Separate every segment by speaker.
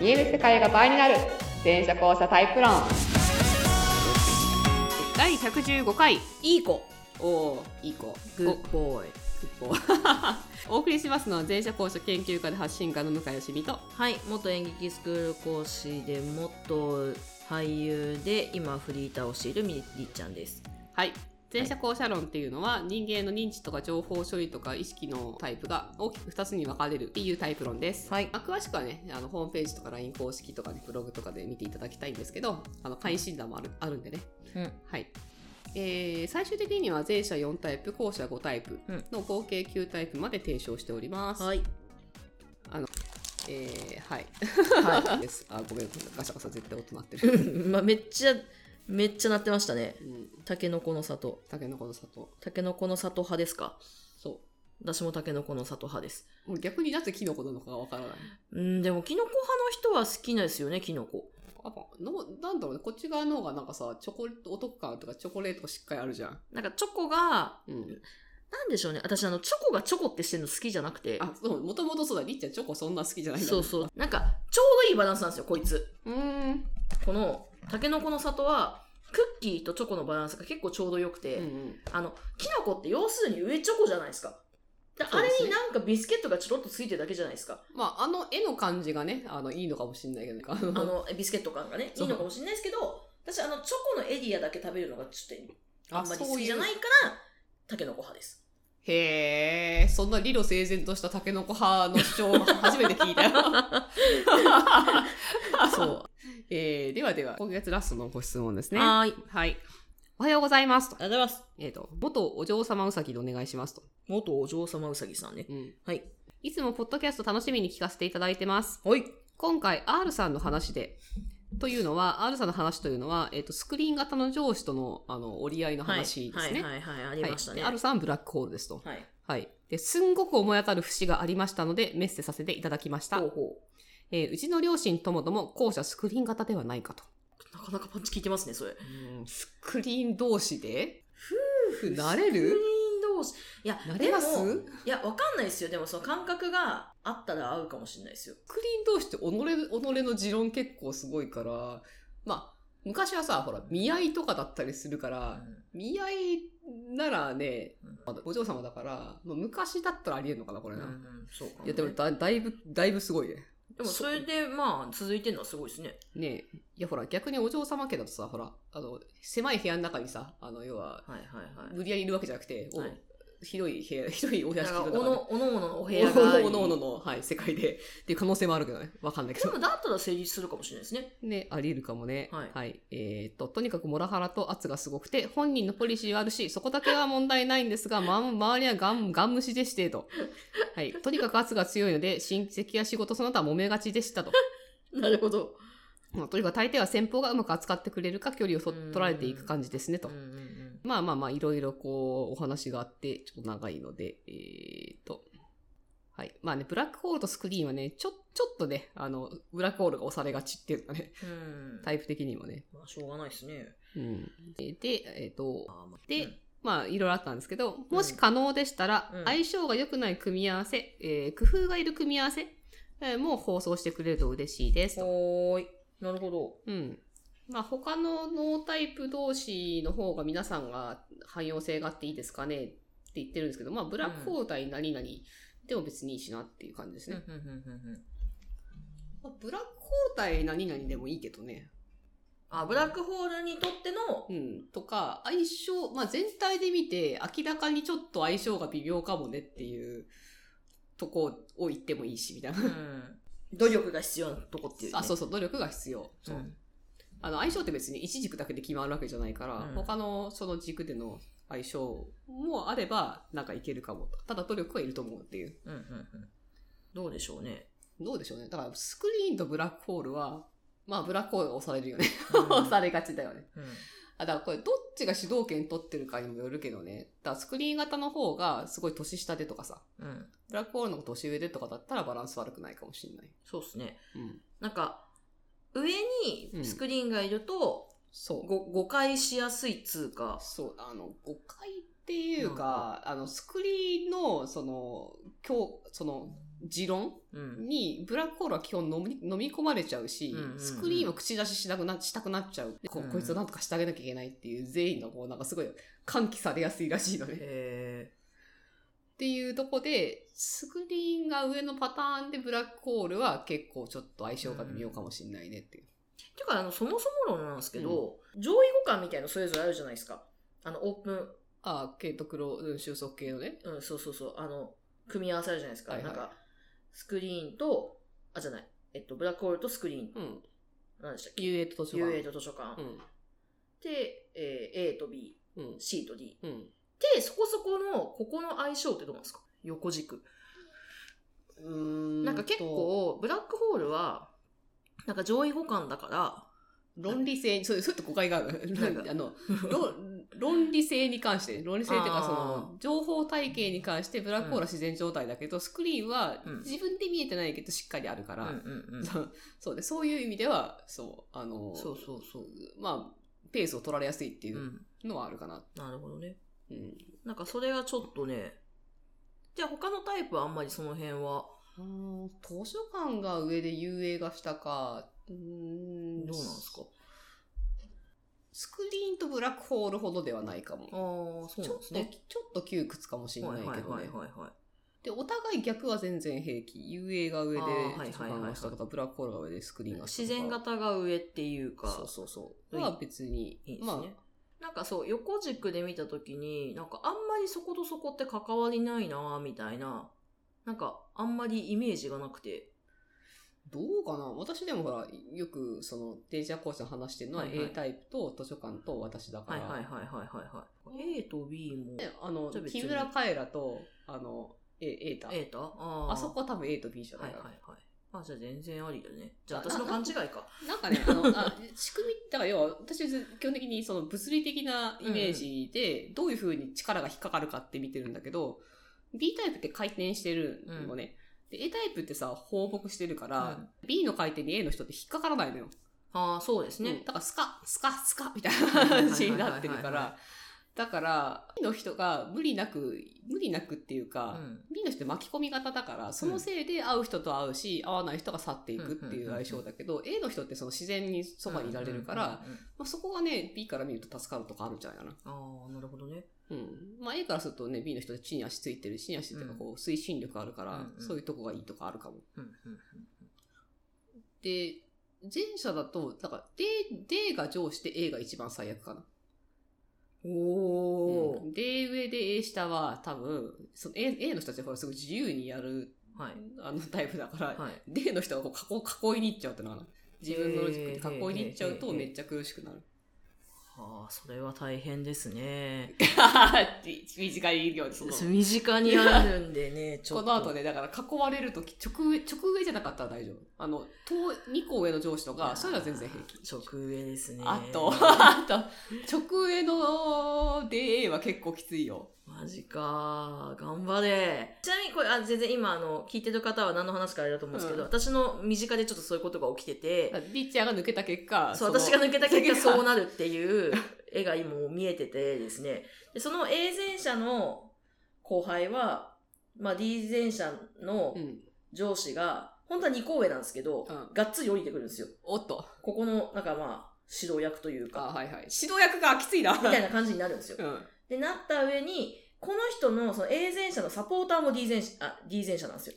Speaker 1: 見える世界が倍になる全車交差タイプ論第115回
Speaker 2: いい子
Speaker 1: おおいい子
Speaker 2: グッボーイ
Speaker 1: お お送りしますのは前者講師研究家で発信家の向井よしみと
Speaker 2: はい元演劇スクール講師で元俳優で今フリーターをしているみりっちゃんです
Speaker 1: はい前者後者論っていうのは人間の認知とか情報処理とか意識のタイプが大きく2つに分かれるっていうタイプ論です、
Speaker 2: はい
Speaker 1: まあ詳しくはねあのホームページとか LINE 公式とかねブログとかで見ていただきたいんですけどあの会員診断もあるあるんでね
Speaker 2: うん
Speaker 1: はいえー最終的には前者4タイプ後者5タイプ
Speaker 2: うん
Speaker 1: の合計9タイプまで提唱しております、
Speaker 2: はい
Speaker 1: えーはい
Speaker 2: は
Speaker 1: ですあごめんガシャガシャ絶対音鳴って
Speaker 2: い
Speaker 1: る、
Speaker 2: うんまあ、めっちゃめっちゃなってましたね
Speaker 1: うん、
Speaker 2: たけのこの里
Speaker 1: タケノコの里
Speaker 2: たけのこの里派ですか
Speaker 1: そ
Speaker 2: 私もたけのこの里派です
Speaker 1: うもう逆になぜキノコなのかがわからない
Speaker 2: うんでもきのこ派の人は好きなんですよねきのこ
Speaker 1: やっぱのなんだろうねこっち側の方がなんかさチョコレートお得感とかチョコレートしっかりあるじゃん、
Speaker 2: なんかチョコが
Speaker 1: うん、
Speaker 2: なんでしょうね私あのチョコがチョコってしてるの好きじゃなくて
Speaker 1: あそうもともとそうだりっちゃんチョコそんな好きじゃないんだ
Speaker 2: そうそうなんかちょうどいいバランスなんですよこいつ
Speaker 1: ううん
Speaker 2: このたけのこの里はクッキーとチョコのバランスが結構ちょうど良くて、
Speaker 1: うんうん
Speaker 2: あのキノコって要するに上チョコじゃないですかで
Speaker 1: そう
Speaker 2: あ
Speaker 1: で
Speaker 2: れ
Speaker 1: すね
Speaker 2: になんかビスケットがちょろっとついてるだけじゃないですか
Speaker 1: まああの絵の感じがねあのいいのかもしれないけどねあ
Speaker 2: あ
Speaker 1: の
Speaker 2: のえビスケット感がねい
Speaker 1: そう
Speaker 2: いのかもしれないですけど私あのチョコのエリアだけ食べるのがちょっとあんまり
Speaker 1: そ
Speaker 2: 好
Speaker 1: う
Speaker 2: き
Speaker 1: い
Speaker 2: じゃ
Speaker 1: う
Speaker 2: ないからたけのこ派です
Speaker 1: へえそんな理路整然としたタケノコ派の主張を初めて聞いたよ
Speaker 2: そう
Speaker 1: えー、ではでは今月ラストのご質問ですね
Speaker 2: はーい
Speaker 1: はいおはようございますと
Speaker 2: ありがとうございます
Speaker 1: えっ、と元お嬢様うさぎでお願いしますと、
Speaker 2: 元お嬢様うさぎさんね
Speaker 1: うん、
Speaker 2: はい
Speaker 1: いつもポッドキャスト楽しみに聞かせていただいてます。
Speaker 2: はい
Speaker 1: 今回 R さんの話で、というのは、R さんの話というのは、えっ、と、スクリーン型の上司との、あの、折り合いの話ですね。
Speaker 2: はいはいはいはいあ
Speaker 1: あ
Speaker 2: りましたね、
Speaker 1: R さんはブラックホールですと。
Speaker 2: はい
Speaker 1: はい。で、すんごく思い当たる節がありましたので、メッセさせていただきました
Speaker 2: ほう。ほ
Speaker 1: えーうちの両親ともども、後者スクリーン型ではないかと。
Speaker 2: うなかなかパンチ効いてますねそれ
Speaker 1: スクリーン同士で夫婦なれ
Speaker 2: スクリー
Speaker 1: る
Speaker 2: ン同士いや
Speaker 1: なれます
Speaker 2: でも
Speaker 1: ス
Speaker 2: いや、わかんないですよ。でも、その感覚があったら合うかもしれないですよ。
Speaker 1: スクリーン同士って己己の持論結構すごいからまあ昔はさほら見合いとかだったりするから見合いならね
Speaker 2: うん
Speaker 1: まだお嬢様だからまあ昔だったらありえんのかなこれ
Speaker 2: うん
Speaker 1: な、
Speaker 2: うんそうかも
Speaker 1: い
Speaker 2: ね
Speaker 1: やでもだだいぶだいぶすごいね
Speaker 2: でもそれで、まあ、続いてるのはすごいですね。
Speaker 1: ねえいやほら逆にお嬢様家だとさほらあの狭い部屋の中にさあの要は
Speaker 2: はいはいはい。
Speaker 1: 無理やりいるわけじゃなくて、お
Speaker 2: はい
Speaker 1: 広い部屋広いお屋
Speaker 2: だ
Speaker 1: 敷
Speaker 2: か
Speaker 1: の
Speaker 2: らお
Speaker 1: 中で
Speaker 2: の、おのおののお
Speaker 1: お
Speaker 2: 部屋があり。
Speaker 1: おのおのの、はい、世界でっていう可能性もあるけどねわかんないけ
Speaker 2: で
Speaker 1: ど
Speaker 2: も、だったら成立するかもしれないで すね。
Speaker 1: ね、あり得るかもね。
Speaker 2: はい
Speaker 1: えーっと、とにかくモラハラと圧がすごくて、本人のポリシーはあるし、そこだけは問題ないんですが、ま、周りはガン、ガン無視でして、と。はい。とにかく圧が強いので、親戚や仕事その他揉めがちでしたと。
Speaker 2: なるほど。
Speaker 1: まあ、とにかく大抵は先方がうまく扱ってくれるか、距離をと取られていく感じですね、と
Speaker 2: うん。うんうん
Speaker 1: まあまあまあ、いろいろこう、お話があって、ちょっと長いので、えーっと。はい。まあね、ブラックホールとスクリーンはね、ちょ、ちょっとね、あの、ブラックホールが押されがちっていうかね、
Speaker 2: うん。
Speaker 1: タイプ的にもね。
Speaker 2: まあ、しょうがないですね。
Speaker 1: うん、で、えっ、と、
Speaker 2: あーまあ
Speaker 1: で
Speaker 2: うん
Speaker 1: まあ、いろいろあったんですけど、もし可能でしたら、
Speaker 2: うん
Speaker 1: 相性が良くない組み合わせ、えー工夫がいる組み合わせ、えーも放送してくれると嬉しいですと。
Speaker 2: ほーい。なるほど。
Speaker 1: うん。まあ、他のノータイプ同士の方が皆さんが汎用性があっていいですかねって言ってるんですけど、まあ、ブラックホール対何々でも別にいいしなっていう感じですね。
Speaker 2: うんうんうんうんうん
Speaker 1: まあ、ブラックホール対何々でもいいけどね。
Speaker 2: あ、ブラックホールにとっての
Speaker 1: う、ん、とか、相性、まあ、全体で見て、明らかにちょっと相性が微妙かもねっていうとこを言ってもいいし、みたいな。
Speaker 2: うん努力が必要なとこっていうね。
Speaker 1: あ、そうそう、努力が必要。そう
Speaker 2: うん
Speaker 1: あの、相性って別に一軸だけで決まるわけじゃないから、
Speaker 2: うん
Speaker 1: 他のその軸での相性もあれば、なんかいけるかも。ただ努力はいると思うっていう。
Speaker 2: うんうんうん。どうでしょうね。
Speaker 1: どうでしょうね。だから、スクリーンとブラックホールは、まあ、ブラックホールが押されるよね。押 されがちだよね。
Speaker 2: うん
Speaker 1: あ、だからこれどっちが主導権取ってるかにもよるけどね。だからスクリーン型の方がすごい年下でとかさ、
Speaker 2: うん、
Speaker 1: ブラックホールの方が年上でとかだったらバランス悪くないかもしれない。
Speaker 2: そうですね。
Speaker 1: うん。
Speaker 2: なんか、上にスクリーンがいると、
Speaker 1: そう。
Speaker 2: ご誤解しやすいっつうか、
Speaker 1: そう、あの、誤解っていうか、あの、スクリーンの、その、今日、その、持論
Speaker 2: うん。
Speaker 1: に、ブラックホールは基本飲み飲み込まれちゃうし、
Speaker 2: うんうんうん
Speaker 1: スクリーンを口出ししなくな、したくなっちゃう。こ
Speaker 2: うん
Speaker 1: こいつをなんとかしてあげなきゃいけないっていう全員がこう、なんかすごい喚起されやすいらしいのね。
Speaker 2: へ
Speaker 1: っていうとこで、スクリーンが上のパターンでブラックホールは結構ちょっと相性が微妙かもしんないねっていう。
Speaker 2: ー。てか、あの、そもそも論なんですけど、上位互換みたいなのそれぞれあるじゃないですか。あの、オープン、
Speaker 1: ああ、ケイトクロウ、収束系のね。
Speaker 2: うん、そうそうそう、あの、組み合わせあるじゃないですか。
Speaker 1: はいはい
Speaker 2: なんか、スクリーンと、あ、じゃない、えっと、ブラックホールとスクリーン、
Speaker 1: うん。
Speaker 2: なんでしたっけ
Speaker 1: UA と図書館。
Speaker 2: ?UA と図書館。で、えー A と B、
Speaker 1: うん。うん。
Speaker 2: C と D。
Speaker 1: うん。
Speaker 2: で、そこそこの、ここの相性ってどうなんですか横軸。
Speaker 1: な
Speaker 2: なんか結、構、ブラックホールは、なんか上位互換だから、
Speaker 1: 論理性に、そう、そういった誤解がある。
Speaker 2: なんか
Speaker 1: あの、論論理性に関して、論理性っていうか、
Speaker 2: あー
Speaker 1: その、情報体系に関して、ブラックホールは自然状態だけど、スクリーンは
Speaker 2: うん
Speaker 1: 自分で見えてないけど、しっかりあるか
Speaker 2: う
Speaker 1: ら、
Speaker 2: んうん。
Speaker 1: そうで、そういう意味では、そう、あの、
Speaker 2: そうそうそう。。
Speaker 1: まあ、ペースを取られやすいっていううんのはあるかな。
Speaker 2: なるほどね。
Speaker 1: うん。
Speaker 2: なんかそれがちょっとね、じゃあ他のタイプはあんまりその辺は、
Speaker 1: うん図書館が上で遊泳がしたか、うん
Speaker 2: どうなんですか
Speaker 1: スクリーンとブラックホールほどではないかも。
Speaker 2: ああー、そう
Speaker 1: ち
Speaker 2: な
Speaker 1: ょ
Speaker 2: ん
Speaker 1: っ
Speaker 2: です
Speaker 1: と、
Speaker 2: ね。
Speaker 1: ちょっと窮屈かもしれないけどね。
Speaker 2: はいはいはいはい。
Speaker 1: で、お互い逆は全然平気。UA が上で
Speaker 2: あーは、い
Speaker 1: 図書
Speaker 2: はいはい
Speaker 1: 館
Speaker 2: はい
Speaker 1: が下とか、ブラックホールが上でスクリーンが下とか。
Speaker 2: 自然型が上っていうか、
Speaker 1: そうそうそう。
Speaker 2: うん
Speaker 1: は別に、
Speaker 2: いいですね。
Speaker 1: まあ、
Speaker 2: なんかそう、横軸で見たときに、なんかあんまりそことそこって関わりないなぁみたいな、なんかあんまりイメージがなくて。
Speaker 1: どうかな私でもほら、よくその、電車講師の話してるのは
Speaker 2: はいはい
Speaker 1: A タイプと図書館と私だか
Speaker 2: はい
Speaker 1: ら。
Speaker 2: はいはいはいはいはい。A と B も、
Speaker 1: であの
Speaker 2: じゃあ、別に
Speaker 1: 木村カエラと、あの、A、A タ。
Speaker 2: A とあー
Speaker 1: あそこは多分 A と B じゃ
Speaker 2: は
Speaker 1: ない
Speaker 2: い
Speaker 1: か
Speaker 2: は
Speaker 1: な。
Speaker 2: いはい。あ、じゃあ全然ありだね。じゃあ
Speaker 1: あ
Speaker 2: 私の勘違い か。
Speaker 1: なんかね、あの、あ仕組み、だから要は、私ず基本的にその物理的なイメージで、どういう風に力が引っかかるかって見てるんだけど、B タイプって回転してるのね。で、A タイプってさ、放牧してるから、
Speaker 2: うん
Speaker 1: B の回転に A の人って引っかからないのよ。
Speaker 2: ああ、そうです
Speaker 1: ね
Speaker 2: ね。。
Speaker 1: だから、スカ、スカ、スカみたいな感じになってるか
Speaker 2: はいはいはいはい
Speaker 1: ら、だから、B の人が無理なく、無理なくっていう
Speaker 2: う
Speaker 1: か、
Speaker 2: ん。
Speaker 1: B の人って巻き込み型だから、そのせいで会う人と会うし、会わない人が去っていくっていう相性だけど、A の人ってその自然にそばにいられるから、
Speaker 2: うんうんうんうん。
Speaker 1: まあ、そこがね、B から見ると助かるとかあるんじゃないかな。
Speaker 2: ああ、なるほどね。
Speaker 1: うん。まあ A からするとね、B の人って地に足ついてるし、地に足っていうか
Speaker 2: うん
Speaker 1: こう推進力あるから、
Speaker 2: うんうん
Speaker 1: そういうとこがいいとかあるかも。
Speaker 2: うんうん
Speaker 1: で、前者だと、だから D、D が上して A が一番最悪かな。
Speaker 2: うん。おー。
Speaker 1: うん、D 上で A 下は多分、その A, A の人たちはほらすごい自由にやる、
Speaker 2: はい。
Speaker 1: あのタイプだから、
Speaker 2: はい。
Speaker 1: D の人がこう囲い囲いに行っちゃうってのかな。自分のロジックで囲いに行っちゃう
Speaker 2: へ
Speaker 1: と
Speaker 2: ーへーへーへー
Speaker 1: めっちゃ苦しく なる。
Speaker 2: ああ、それは大変ですね。
Speaker 1: 短い量です。
Speaker 2: 身近にあるんでね、ち
Speaker 1: こ
Speaker 2: ょっと。
Speaker 1: の後ね、だから囲われるとき、直上、直上じゃなかったら大丈夫。あの、と2個上の上司と
Speaker 2: いや
Speaker 1: か、
Speaker 2: ー
Speaker 1: そういうのは全然平気。
Speaker 2: 直上ですね。
Speaker 1: あと、あと、直上の DA は結構きついよ。
Speaker 2: マジかー。頑張れ。ちなみにこれ、あ、全然今、あの、聞いてる方は何の話かあれだと思うんですけど、
Speaker 1: うん
Speaker 2: 私の身近でちょっとそういうことが起きてて、
Speaker 1: リッチャーが抜けた結果、
Speaker 2: そう、
Speaker 1: の
Speaker 2: 私が抜けた結果そうなるっていう絵が今もう見えててですね。で、その A 前者の後輩は、まあ D 前者の
Speaker 1: うん。
Speaker 2: 上司が、本当は2校上なんですけど、
Speaker 1: うん
Speaker 2: がっつり降りてくるんですよ。
Speaker 1: おっと。
Speaker 2: ここの、なんかまあ、指導役という
Speaker 1: あ、
Speaker 2: か、
Speaker 1: はいはい。指導役がきついな。
Speaker 2: みたいな感じになるんですよ。
Speaker 1: うん。
Speaker 2: で、なった上に、この人の、その A 前者のサポーターも D 前者、あ、D 前者なんですよ。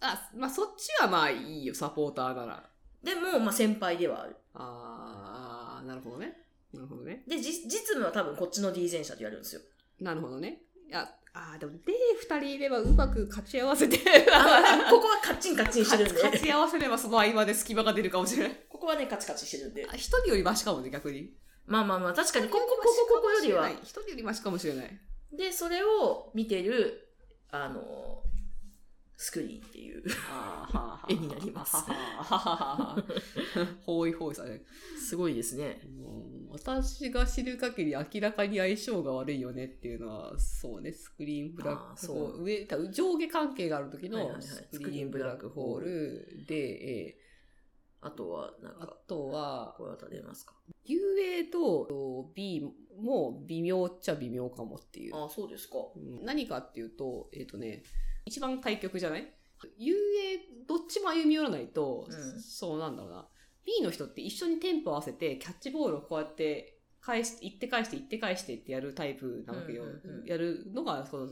Speaker 1: あ、まあ、そっちはまあいいよ、サポーターなら。
Speaker 2: でも、まあ、先輩ではある。
Speaker 1: あー、なるほどね。なるほどね。
Speaker 2: で、じ実務は多分こっちの D 前者とやるん ですよ。
Speaker 1: なるほどね。いや、あー、でも D 二人いればうまく勝ち合わせて。
Speaker 2: あここはカッチンカッチンしてるんで。
Speaker 1: 勝ち合わせればその合間で隙間が出るかもしれない。
Speaker 2: ここはね、カチカチしてるんで。
Speaker 1: あ一人よりマシかもね、逆に。
Speaker 2: まあまあまあ、確かに、ここ、ここ、ここよりは。
Speaker 1: 一人よりマシかもしれない。
Speaker 2: で、それを見てる、あのー、スクリーンっていう。絵になります
Speaker 1: ははははほいほいさね。
Speaker 2: すごいですね。
Speaker 1: もう私が知る限り明らかに相性が悪いよねっていうのは、そうね、スクリーンブラ
Speaker 2: あ
Speaker 1: ッ
Speaker 2: ー
Speaker 1: ク
Speaker 2: そう
Speaker 1: ホール。上、多分上下関係がある時
Speaker 2: はいはい
Speaker 1: の
Speaker 2: はい
Speaker 1: スクリーンブラックホールで、えー
Speaker 2: あとは、なん
Speaker 1: あ
Speaker 2: か、
Speaker 1: とは、
Speaker 2: これは出ますか
Speaker 1: UA と B も微妙っちゃ微妙かもっていう。
Speaker 2: ああ、そうですか。
Speaker 1: うん何かっていうと、えっ、とね、一番対局じゃない ?UA、どっちも歩み寄らないと、
Speaker 2: うん
Speaker 1: そうなんだろうな。B の人って一緒にテンポ合わせて、キャッチボールをこうやって、返し、行って返して行って返してってやるタイプなわけよ。
Speaker 2: うんうんうん
Speaker 1: やるのが、その、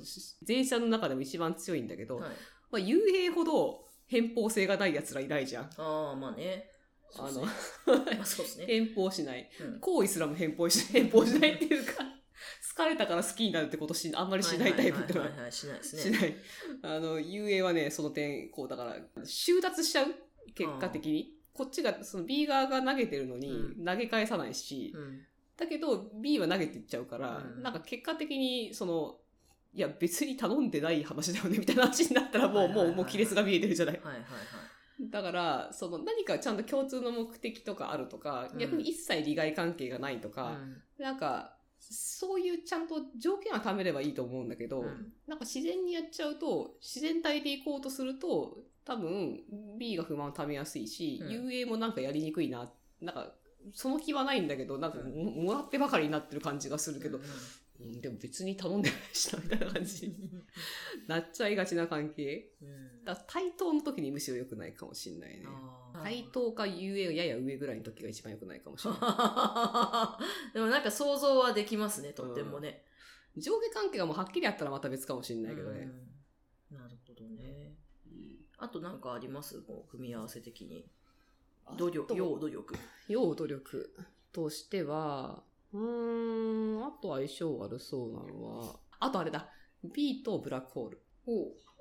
Speaker 1: 前者の中でも一番強いんだけど、
Speaker 2: はい。
Speaker 1: まあ、幽閉ほど偏方性がない奴らいないじゃん。
Speaker 2: ああ、まあね。
Speaker 1: あ
Speaker 2: そうっす
Speaker 1: の
Speaker 2: ね、 まあそうですね。
Speaker 1: 偏方しない。
Speaker 2: うん
Speaker 1: 行為すらも偏方し、偏方しないっていうか、好かれたから好きになるってことし、あんまりしないタイプっての
Speaker 2: は
Speaker 1: は
Speaker 2: はははいはい、しないです
Speaker 1: し
Speaker 2: ね。
Speaker 1: ない。あの、遊泳はね、その点、こう、だから、収奪しちゃう結果的に。こっちが、その B 側が投げてるのに
Speaker 2: う、
Speaker 1: 投げ返さないし、
Speaker 2: うん。
Speaker 1: だけど B は投げていっちゃうから、
Speaker 2: うん
Speaker 1: なんか結果的に、その、いや、別に頼んでない話だよね、みたいな話になったら、もう、
Speaker 2: はいはいはい
Speaker 1: も
Speaker 2: は
Speaker 1: う、
Speaker 2: い
Speaker 1: もう亀裂が見えてるじゃない。
Speaker 2: はいはいはい。
Speaker 1: だから、その、何かちゃんと共通の目的とかあるとか、
Speaker 2: うん
Speaker 1: 逆に一切利害関係がないとか、なんか、そういうちゃんと条件は貯めればいいと思うんだけど、
Speaker 2: うんうん
Speaker 1: なんか自然にやっちゃうと、自然体で行こうとすると、多分 B が不満をためやすいし、
Speaker 2: うん
Speaker 1: UA もなんかやりにくいな。なんか、その気はないんだけど、なんか
Speaker 2: うん
Speaker 1: ももらってばかりになってる感じがするけど
Speaker 2: うん、
Speaker 1: うんでも別に頼んでないしな、みたいな感じに なっちゃいがちな関係。
Speaker 2: うん
Speaker 1: だから対等の時にむしろ良くないかもしんないね。
Speaker 2: あー
Speaker 1: 対等か UA がやや上ぐらいの時が一番良くないかもしれない。
Speaker 2: でもなんか想像はできますね、とってもね。
Speaker 1: 上下関係がもうはっきりあったらまた別かもしんないけどね。
Speaker 2: うんなるほどね。
Speaker 1: うん
Speaker 2: あとなんかありますこう組み合わせ的に。
Speaker 1: あ
Speaker 2: 努力、
Speaker 1: と
Speaker 2: 要努力。
Speaker 1: 要努力としては、うーん、あと相性悪そうなのは、あとあれだ、B とブラックホール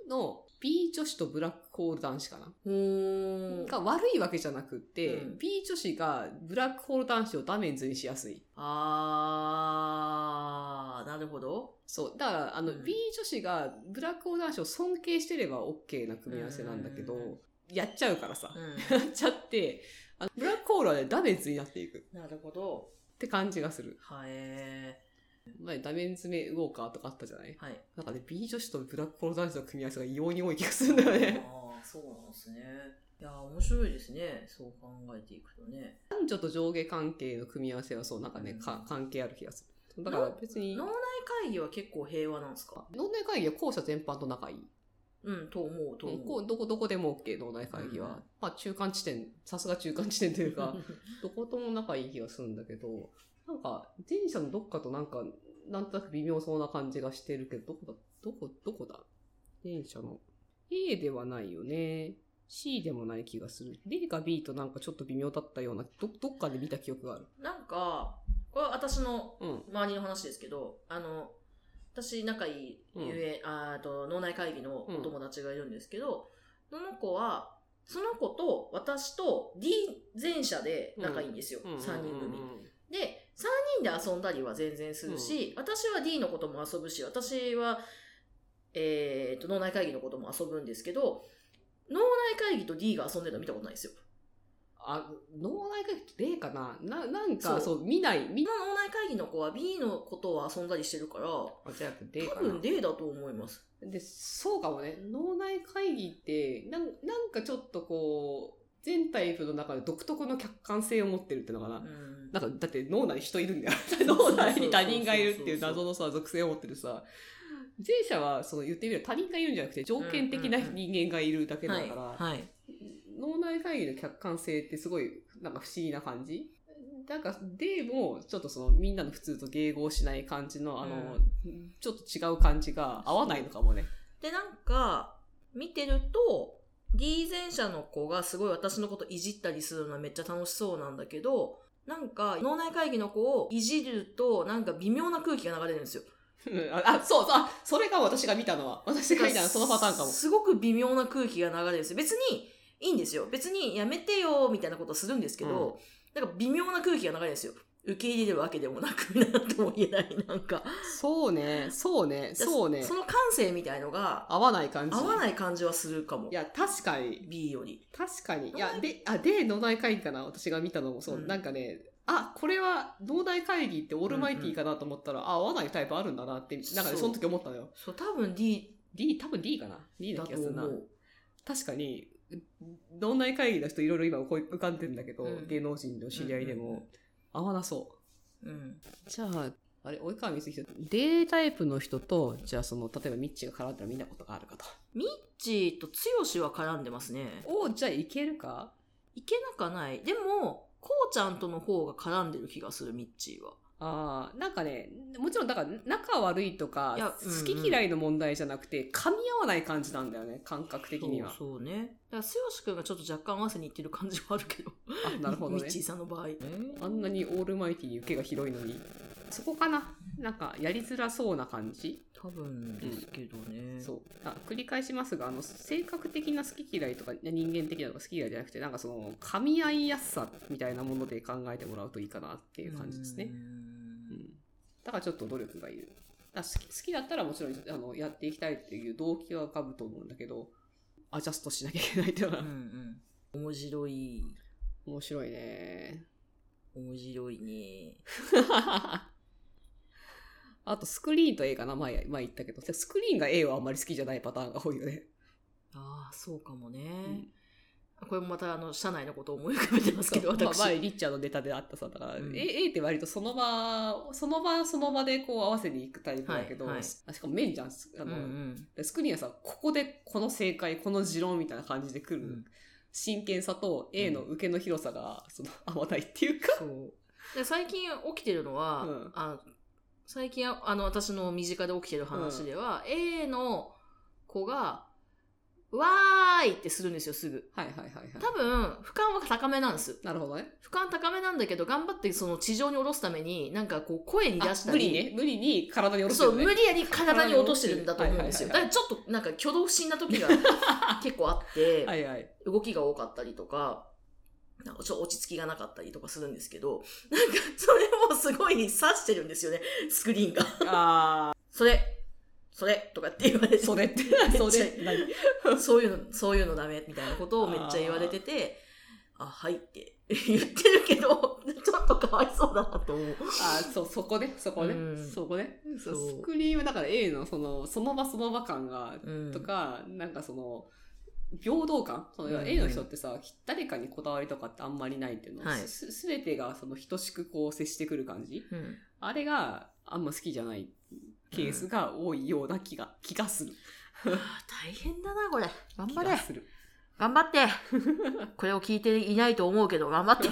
Speaker 1: の B 女子とブラックホール男子かな。
Speaker 2: ほー
Speaker 1: が悪いわけじゃなくて、
Speaker 2: うん
Speaker 1: B 女子がブラックホール男子をダメンズにしやすい。
Speaker 2: あー、なるほど。
Speaker 1: そう。だから、あの、
Speaker 2: うん
Speaker 1: B 女子がブラックホール男子を尊敬してれば OK な組み合わせなんだけど、
Speaker 2: うん
Speaker 1: やっちゃうからさ。
Speaker 2: うん、
Speaker 1: やっちゃって、あのブラックホールはね、ダメンズになっていくっ
Speaker 2: なるほど。
Speaker 1: て感じがする。
Speaker 2: はえ
Speaker 1: 前、ダメンズメウォーカーとかあったじゃない
Speaker 2: ー。はい。
Speaker 1: なんかね、B 女子とブラックホール男子の組み合わせが異様に多い気がするんだよね。
Speaker 2: ああ、そうなんですね。いやー、面白いですね。そう考えていくとね。
Speaker 1: 男女と上下関係の組み合わせはそう、なんかね、
Speaker 2: う
Speaker 1: か
Speaker 2: ん
Speaker 1: 関係ある気がする。だから別に、
Speaker 2: 脳
Speaker 1: 脳
Speaker 2: 内会議は結構平和なんですか
Speaker 1: 内会議は校舎全般と仲いい。
Speaker 2: うん、と思う、と
Speaker 1: うんこ
Speaker 2: 思う。
Speaker 1: うどこどこでも OK、脳内会議は。
Speaker 2: うん
Speaker 1: まあ中間地点、さすが中間地点というか、どことも仲いい気がするんだけど、なんか、前者のどっかとなんか、なんとなく微妙そうな感じがしてるけど、どこだ、どこ、どこだ前者の。A ではないよね。C でもない気がする。D か B となんかちょっと微妙だったような、ど、どっかで見た記憶がある。
Speaker 2: なんか、これは私の
Speaker 1: うん。
Speaker 2: 周りの話ですけど、あの、私、仲いい、
Speaker 1: うん
Speaker 2: ゆえ、あーと、脳内会議のお友達がいるんですけど、その子は、その子と私と D 前者で仲いいんですよ。
Speaker 1: うん
Speaker 2: 3人組。
Speaker 1: うん
Speaker 2: で、3人で遊んだりは全然するし、私は D のことも遊ぶし、私は、えー、と、脳内会議のことも遊ぶんですけど、脳内会議と D が遊んでるの見たことないですよ。
Speaker 1: あ、脳内会議って例かなな、なんか、そ、
Speaker 2: そう
Speaker 1: 見ない、見な
Speaker 2: 脳内会議の子は B のことを遊んだりしてるから、
Speaker 1: い。じゃなくて例
Speaker 2: 多
Speaker 1: か
Speaker 2: 分
Speaker 1: な。
Speaker 2: D だと思います。
Speaker 1: で、そうかもね。脳内会議って、なんなんかちょっとこう、全タイプの中で独特の客観性を持ってるっていうのかな。
Speaker 2: うん
Speaker 1: なんか、だって脳内に人いるんだよ。
Speaker 2: そうそう
Speaker 1: 脳内に他人がいるっていう謎のさ、属性を持ってるさ。前者は、その言ってみれば他人がいるんじゃなくて、条件的な
Speaker 2: うんうんうん
Speaker 1: 人間がいるだけだから、
Speaker 2: はい。はい
Speaker 1: 脳内会議の客観性ってすごい、なんか不思議な感じなんか、でも、ちょっとその、みんなの普通と迎合しない感じの、あの、ちょっと違う感じが合わないのかもね。
Speaker 2: で、なんか、見てると、D 前者の子がすごい私のこといじったりするのはめっちゃ楽しそうなんだけど、なんか、脳内会議の子をいじると、なんか微妙な空気が流れるんですよ。
Speaker 1: うんあ、あそうそう、あ、それが私が見たのは。私が見たのはそのパターンかも。
Speaker 2: すごく微妙な空気が流れるんですよ。別に、いいんですよ。別に、やめてよ、みたいなことするんですけど、なんか微妙な空気が流れるんですよ。受け入れるわけでもなく、なんとも言えない、なんか。
Speaker 1: そうね、そうね、そうね
Speaker 2: そ。の感性みたいのが、
Speaker 1: 合わない感じ。
Speaker 2: 合わない感じはするかも
Speaker 1: い。や、確かに。
Speaker 2: B より。
Speaker 1: 確かに。い
Speaker 2: 脳
Speaker 1: や、
Speaker 2: 内
Speaker 1: で、あ、で、脳内会議かな私が見たのもそう、
Speaker 2: うん
Speaker 1: なんかね、あ、これは脳内会議ってオールマイティーかなと思ったら、あ、合わないタイプあるんだなって、なんかね、
Speaker 2: そう
Speaker 1: その時思ったのよ。
Speaker 2: そう、多分 D
Speaker 1: D、多分 D かな ?D な
Speaker 2: だ
Speaker 1: 気
Speaker 2: と
Speaker 1: がするな
Speaker 2: 思。う。
Speaker 1: 確かに、脳内会議の人いろいろ今こう浮かんでるんだけど、
Speaker 2: うん
Speaker 1: 芸能人の知り合いで
Speaker 2: うんうんう
Speaker 1: も、合わなそう。
Speaker 2: うん。
Speaker 1: じゃあ、あれ、及川光秀、データイプの人と、じゃあその、例えばミッチーが絡んだら見たことがあるかと。
Speaker 2: チーと剛は絡んでますね。
Speaker 1: おじゃあいけるか
Speaker 2: いけなかない。でも、こうちゃんとの方が絡んでる気がする、ミッチーは。
Speaker 1: ああ、なんかね、もちろんだから仲悪いと
Speaker 2: いや
Speaker 1: か、
Speaker 2: うんうん
Speaker 1: 好き嫌いの問題じゃなくて、噛み合わない感じなんだよね、感覚的には。
Speaker 2: そうそうね。だから、剛くんがちょっと若干合わせにいってる感じはあるけど。
Speaker 1: あ、なるほど
Speaker 2: ミ
Speaker 1: ね
Speaker 2: ッチ。ーさんの場合。
Speaker 1: あんなにオールマイティに受けが広いのに。そこかななんか、やりづらそうな感じ、
Speaker 2: 多分ですけどね。
Speaker 1: そう。あ繰り返しますが、あの、性格的な好き嫌いとか、人間的なのが好き嫌いじゃなくて、なんかその、噛み合いやすさみたいなもので考えてもらうといいかなっていう感じですね
Speaker 2: う。ん。
Speaker 1: うんだからちょっと努力がいる。あ好き好きだったらもちろんあのやっていきたいっていう動機は浮かぶと思うんだけど、アジャストしなきゃいけないっていうの
Speaker 2: う
Speaker 1: は、
Speaker 2: んうん。面白い。
Speaker 1: 面白いね。
Speaker 2: 面白いね。
Speaker 1: あとスクリーンと A かな前、前言ったけど、スクリーンが A はあんまり好きじゃないパターンが多いよね。
Speaker 2: ああ、そうかもね。
Speaker 1: ん
Speaker 2: これもまた、あの、社内のことを思い浮かべてますけど、
Speaker 1: そうまあ
Speaker 2: 私。
Speaker 1: 前、リッチャーのネタであったさ、だから、
Speaker 2: うん
Speaker 1: A, A って割とその場、その場その場でこう合わせに行くタイプだけど、
Speaker 2: はいはい
Speaker 1: あしかも面じゃん。あ
Speaker 2: うん
Speaker 1: の
Speaker 2: うん。
Speaker 1: でスクリーンはさ、ここでこの正解、この持論みたいな感じで来
Speaker 2: う
Speaker 1: る。
Speaker 2: ん
Speaker 1: 真剣さと A の受けの広さが、その合わないっていうか、
Speaker 2: そう。で最近起きてるのは、
Speaker 1: うん
Speaker 2: あ最近あの私の身近で起きてる話では、A の子が、わーいってするんですよ、すぐ。
Speaker 1: はいはいはいはい。
Speaker 2: 多分、俯瞰は高めなんですよ。
Speaker 1: なるほどね。
Speaker 2: 俯瞰高めなんだけど、頑張ってその地上に下ろすために、なんかこう声に出
Speaker 1: あ
Speaker 2: した
Speaker 1: 無
Speaker 2: り。
Speaker 1: 理ね。無理に体に落と
Speaker 2: そう、
Speaker 1: して
Speaker 2: 無
Speaker 1: ね。
Speaker 2: 理やり体に落としてるんだと思うんですよ。
Speaker 1: はいはいはい
Speaker 2: だからちょっとなんか挙動不審 な時が結構あって、
Speaker 1: はい はい。
Speaker 2: 動きが多かったりとか、なんかちょっと落ち着きがなかったりとかするんですけど、なんかそれもすごい刺してるんですよね、スクリーンが。
Speaker 1: あ
Speaker 2: それ、それとかって言われ
Speaker 1: ー、
Speaker 2: て、
Speaker 1: それって、それって何
Speaker 2: そういうの、そういうのダメみたいなことをめっちゃ言われてて、あはいって 言ってるけど、ちょっとかわいそうだなと思う。
Speaker 1: あーそう、そこね、そこね
Speaker 2: うん、
Speaker 1: そこね。そ
Speaker 2: そう
Speaker 1: うスクリーンはだから A のその、その場その場感が、
Speaker 2: うん
Speaker 1: とか、なんかその、平等感その要は
Speaker 2: うん
Speaker 1: A の人ってさ、誰かにこだわりとかってあんまりないっていうの、
Speaker 2: はい
Speaker 1: すすべてがその等しくこう接してくる感じ
Speaker 2: うん
Speaker 1: あれがあんま好きじゃないケースが多いような気が、気がする。
Speaker 2: あー大変だな、これ。頑張
Speaker 1: 気
Speaker 2: れ
Speaker 1: が。する。
Speaker 2: 頑張って。 これを聞いていないと思うけど、頑 張って。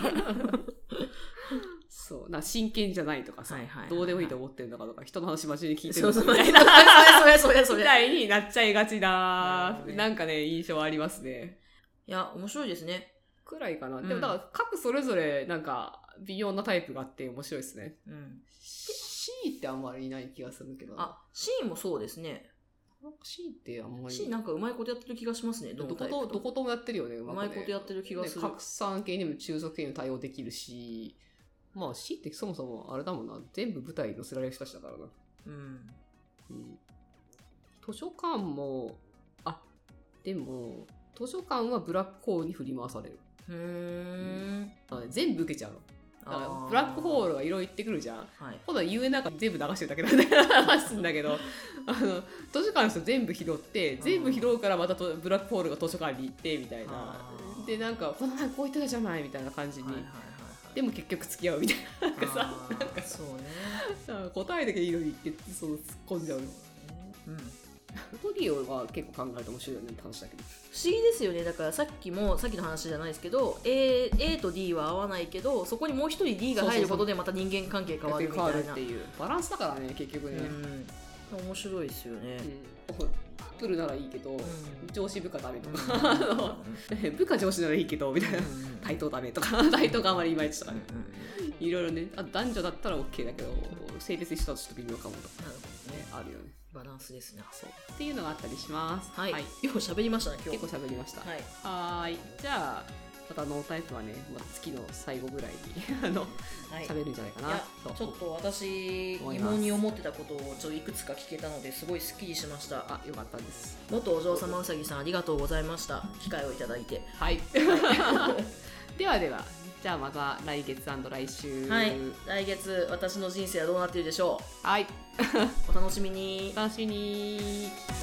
Speaker 1: そう。な、真剣じゃないとかさ、
Speaker 2: はいはいはいはい
Speaker 1: どうでもいいと思ってるのかとか、人の話真面目に聞いて
Speaker 2: そ
Speaker 1: るの
Speaker 2: うそう。
Speaker 1: かみ
Speaker 2: それ
Speaker 1: たいな、
Speaker 2: それそれそ
Speaker 1: み
Speaker 2: れ。
Speaker 1: たいになっちゃいがちだ
Speaker 2: う、ん
Speaker 1: なんかね、印象ありますね。
Speaker 2: いや、面白いですね。
Speaker 1: くらいかな。
Speaker 2: うん
Speaker 1: でもだから、各それぞれ、なんか、微妙なタイプがあって面白いですね。
Speaker 2: うん。
Speaker 1: C ってあんまりいない気がするけど。
Speaker 2: あ、シーンもそうですね。
Speaker 1: C ってあんまり。
Speaker 2: シーンなんかうまいことやってる気がしますね。
Speaker 1: ど
Speaker 2: のタ
Speaker 1: こ
Speaker 2: イプ
Speaker 1: と、どこともやってるよね、う
Speaker 2: う
Speaker 1: まく
Speaker 2: ま
Speaker 1: ね
Speaker 2: いことやってる気がする。
Speaker 1: ね、拡散系にも中速系にも対応できるし、まあ C ってそもそもあれだもんな、全部舞台に載せられる人たちだからな。
Speaker 2: うん。
Speaker 1: うん図書館も、あ、でも、図書館はブラックホールに振り回される。
Speaker 2: うーん。
Speaker 1: あ全部受けちゃうの。だ
Speaker 2: あ
Speaker 1: から
Speaker 2: ー
Speaker 1: ブラックホールがいろいろ言ってくるじゃん。
Speaker 2: はい。
Speaker 1: ほな言えなんか全部流してるだけなんだけど話すんだけど、あの、図書館の人全部拾って、全部拾うからまたとブラックホールが図書館に行って、みたいな
Speaker 2: あ。ー
Speaker 1: で、なんか、この前こう言ってたじゃないみたいな感じに。
Speaker 2: はいはい
Speaker 1: でも結局付き合うみたいな。なんかさ、
Speaker 2: はいはい。なんかそうね。
Speaker 1: うん答えだけいいのにって、その突っ込んじゃう。
Speaker 2: うん。不思
Speaker 1: トリオは結構考えて面白いよねって話だけど。
Speaker 2: 議ですよね。だからさっきも、さっきの話じゃないですけど、A, A と D は合わないけど、そこにもう一人 D が入ることでまた人間関係変わるみたいな。
Speaker 1: っていう。バランスだからね、結局ね。
Speaker 2: うん。面白いですよね
Speaker 1: う。んカップルならいいけど、
Speaker 2: ん
Speaker 1: 上司部下ダメと
Speaker 2: うん
Speaker 1: か、あ の部下上司ならいいけど、みたいな。対等ダメとか、 対等があまりいまいちとかね。
Speaker 2: うんうん
Speaker 1: いろいろね、あ男女だったら OK だけど、性別一緒だとちょっと微妙かもとか
Speaker 2: なるほどね
Speaker 1: ね、。あるよね。
Speaker 2: バランスですね。
Speaker 1: そう。っていうのがあったりします。
Speaker 2: はい。よく喋りましたね、今日。
Speaker 1: 結構喋りました。
Speaker 2: はい。
Speaker 1: はーい。じゃあ、またノータイプはね、まあ、月の最後ぐらいに、あ の、
Speaker 2: はい。
Speaker 1: 喋るんじゃないか
Speaker 2: い
Speaker 1: な
Speaker 2: や、ちょっと私、疑
Speaker 1: 思います
Speaker 2: 問に思ってたことをちょっといくつか聞けたので、すごいスッキリしました。
Speaker 1: あ、よかったです。
Speaker 2: 元お嬢様うさぎさん、ありがとうございました。機会をいただい て。
Speaker 1: はい。 ではでは、じゃあまた来月来週。
Speaker 2: はい。来月、私の人生はどうなっているでしょ
Speaker 1: はい。
Speaker 2: う。お楽しみに
Speaker 1: お。楽しみに。